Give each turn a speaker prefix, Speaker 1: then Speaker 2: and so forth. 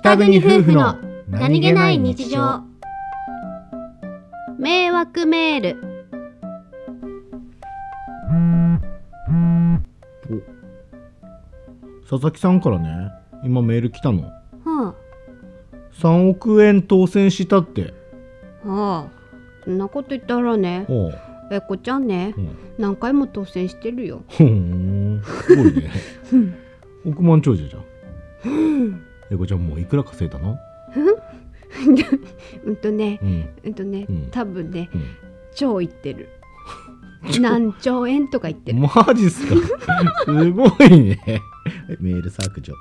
Speaker 1: 北国夫婦の迷惑メール
Speaker 2: 佐々木さんからね今メール来たの
Speaker 1: は
Speaker 2: 3億円当選したって
Speaker 1: あはあそんなこと言ったらね
Speaker 2: おう
Speaker 1: えこちゃんね
Speaker 2: うん
Speaker 1: 何回も当選してるよ
Speaker 2: ふーんすごいね億万長者じゃんえこちゃんもういくら稼いだの
Speaker 1: うんとね
Speaker 2: うん
Speaker 1: うんとね
Speaker 2: うん
Speaker 1: 多分ね
Speaker 2: うん
Speaker 1: 超言って る何兆円とか言ってる
Speaker 2: マジっすかすごいねメール削除